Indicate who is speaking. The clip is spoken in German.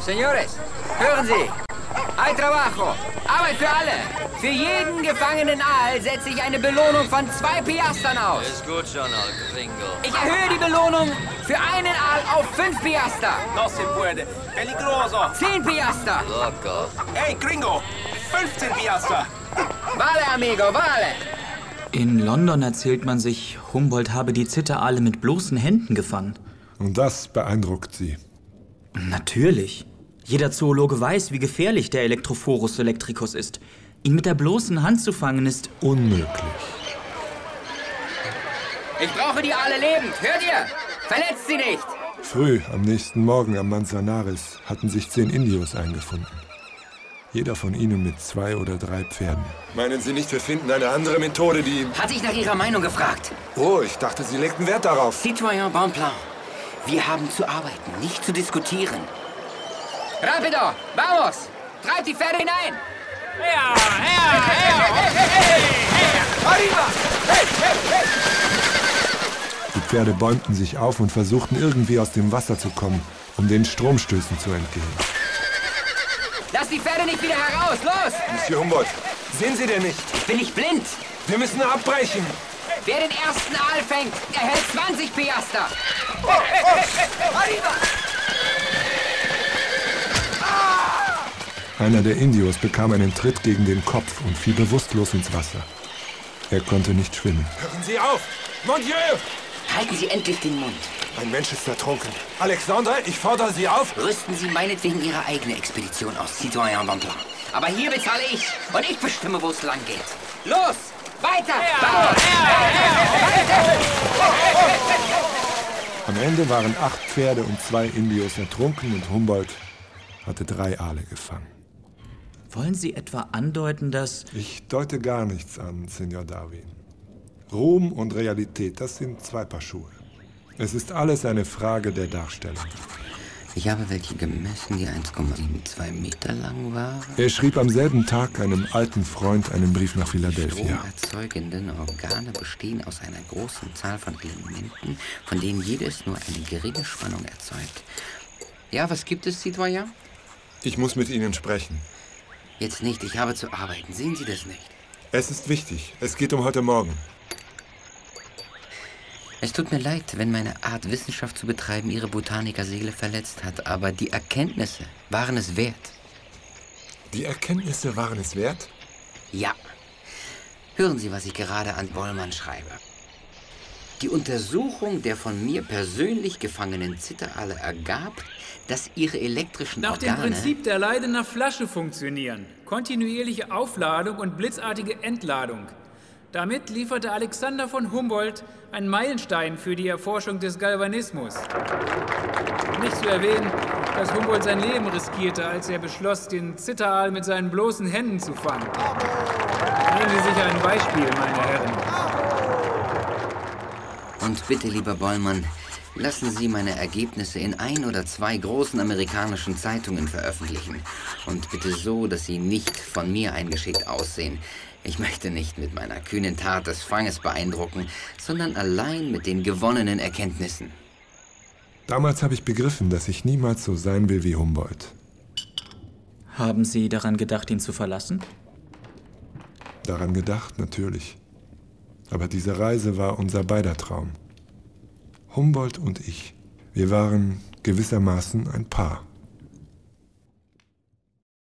Speaker 1: Senores, hören Sie. Hay trabajo. Arbeit für alle. Für jeden gefangenen Aal setze ich eine Belohnung von zwei Piastern aus.
Speaker 2: Ist gut schon, Al Gringo.
Speaker 1: Ich erhöhe die Belohnung für einen Aal auf fünf Piaster.
Speaker 3: No se puede. Peligroso.
Speaker 1: Zehn Piaster.
Speaker 2: Locker.
Speaker 3: Hey, Gringo. 15 Piaster.
Speaker 1: Vale, amigo, vale.
Speaker 4: In London erzählt man sich, Humboldt habe die Zitterale mit bloßen Händen gefangen.
Speaker 5: Und das beeindruckt sie.
Speaker 4: Natürlich. Jeder Zoologe weiß, wie gefährlich der Elektrophorus electricus ist. Ihn mit der bloßen Hand zu fangen ist. oh,
Speaker 5: Unmöglich.
Speaker 1: Ich brauche die Aale lebend. Hört ihr? Verletzt sie nicht.
Speaker 5: Früh am nächsten Morgen am Manzanares hatten sich zehn Indios eingefunden. Jeder von ihnen mit zwei oder drei Pferden.
Speaker 6: Meinen Sie nicht, wir finden eine andere Methode, die...
Speaker 1: Hat sich nach Ihrer Meinung gefragt.
Speaker 6: Oh, ich dachte, Sie legten Wert darauf.
Speaker 1: Citoyen Bonplan, wir haben zu arbeiten, nicht zu diskutieren. Rapido, vamos! Treibt die Pferde hinein!
Speaker 5: Die Pferde bäumten sich auf und versuchten irgendwie aus dem Wasser zu kommen, um den Stromstößen zu entgehen.
Speaker 1: Lass die Pferde nicht wieder heraus, los!
Speaker 6: Monsieur Humboldt, sehen Sie denn nicht?
Speaker 1: Bin ich blind?
Speaker 6: Wir müssen abbrechen.
Speaker 1: Wer den ersten Aal fängt, erhält 20 Piaster.
Speaker 5: Einer der Indios bekam einen Tritt gegen den Kopf und fiel bewusstlos ins Wasser. Er konnte nicht schwimmen.
Speaker 6: Hören Sie auf. Mon Dieu!
Speaker 1: Halten Sie endlich den Mund.
Speaker 6: Ein Mensch ist ertrunken. Alexandre, ich fordere Sie auf.
Speaker 1: Rüsten Sie meinetwegen Ihre eigene Expedition aus, Citoyen Bonplan. Aber hier bezahle ich und ich bestimme, wo es lang geht. Los! Weiter! Vamos!
Speaker 5: Am Ende waren acht Pferde und zwei Indios ertrunken und Humboldt hatte drei Aale gefangen.
Speaker 4: Wollen Sie etwa andeuten, dass.
Speaker 5: Ich deute gar nichts an, Senor Darwin. Ruhm und Realität, das sind zwei Paar Schuhe. Es ist alles eine Frage der Darstellung.
Speaker 7: Ich habe welche gemessen, die 1,72 Meter lang waren.
Speaker 5: Er schrieb am selben Tag einem alten Freund einen Brief nach Philadelphia.
Speaker 7: Stromerzeugenden Organe bestehen aus einer großen Zahl von Elementen, von denen jedes nur eine geringe Spannung erzeugt. Ja, was gibt es, Citoyen?
Speaker 6: Ich muss mit Ihnen sprechen.
Speaker 7: Jetzt nicht, ich habe zu arbeiten. Sehen Sie das nicht?
Speaker 6: Es ist wichtig. Es geht um heute Morgen.
Speaker 7: Es tut mir leid, wenn meine Art, Wissenschaft zu betreiben, Ihre Botanikerseele verletzt hat, aber die Erkenntnisse waren es wert.
Speaker 6: Die Erkenntnisse waren es wert?
Speaker 7: Ja. Hören Sie, was ich gerade an Bollmann schreibe. Die Untersuchung der von mir persönlich gefangenen Zitterale ergab, dass ihre elektrischen
Speaker 8: Nach dem
Speaker 7: Organe...
Speaker 8: Prinzip der Leidener Flasche funktionieren. Kontinuierliche Aufladung und blitzartige Entladung. Damit lieferte Alexander von Humboldt einen Meilenstein für die Erforschung des Galvanismus. Nicht zu erwähnen, dass Humboldt sein Leben riskierte, als er beschloss, den Zitteraal mit seinen bloßen Händen zu fangen. Nehmen Sie sich ein Beispiel, meine Herren.
Speaker 7: Und bitte, lieber Bollmann, lassen Sie meine Ergebnisse in ein oder zwei großen amerikanischen Zeitungen veröffentlichen. Und bitte so, dass sie nicht von mir eingeschickt aussehen. Ich möchte nicht mit meiner kühnen Tat des Fanges beeindrucken, sondern allein mit den gewonnenen Erkenntnissen.
Speaker 5: Damals habe ich begriffen, dass ich niemals so sein will wie Humboldt.
Speaker 4: Haben Sie daran gedacht, ihn zu verlassen?
Speaker 5: Daran gedacht, natürlich. Aber diese Reise war unser beider Traum. Humboldt und ich, wir waren gewissermaßen ein Paar.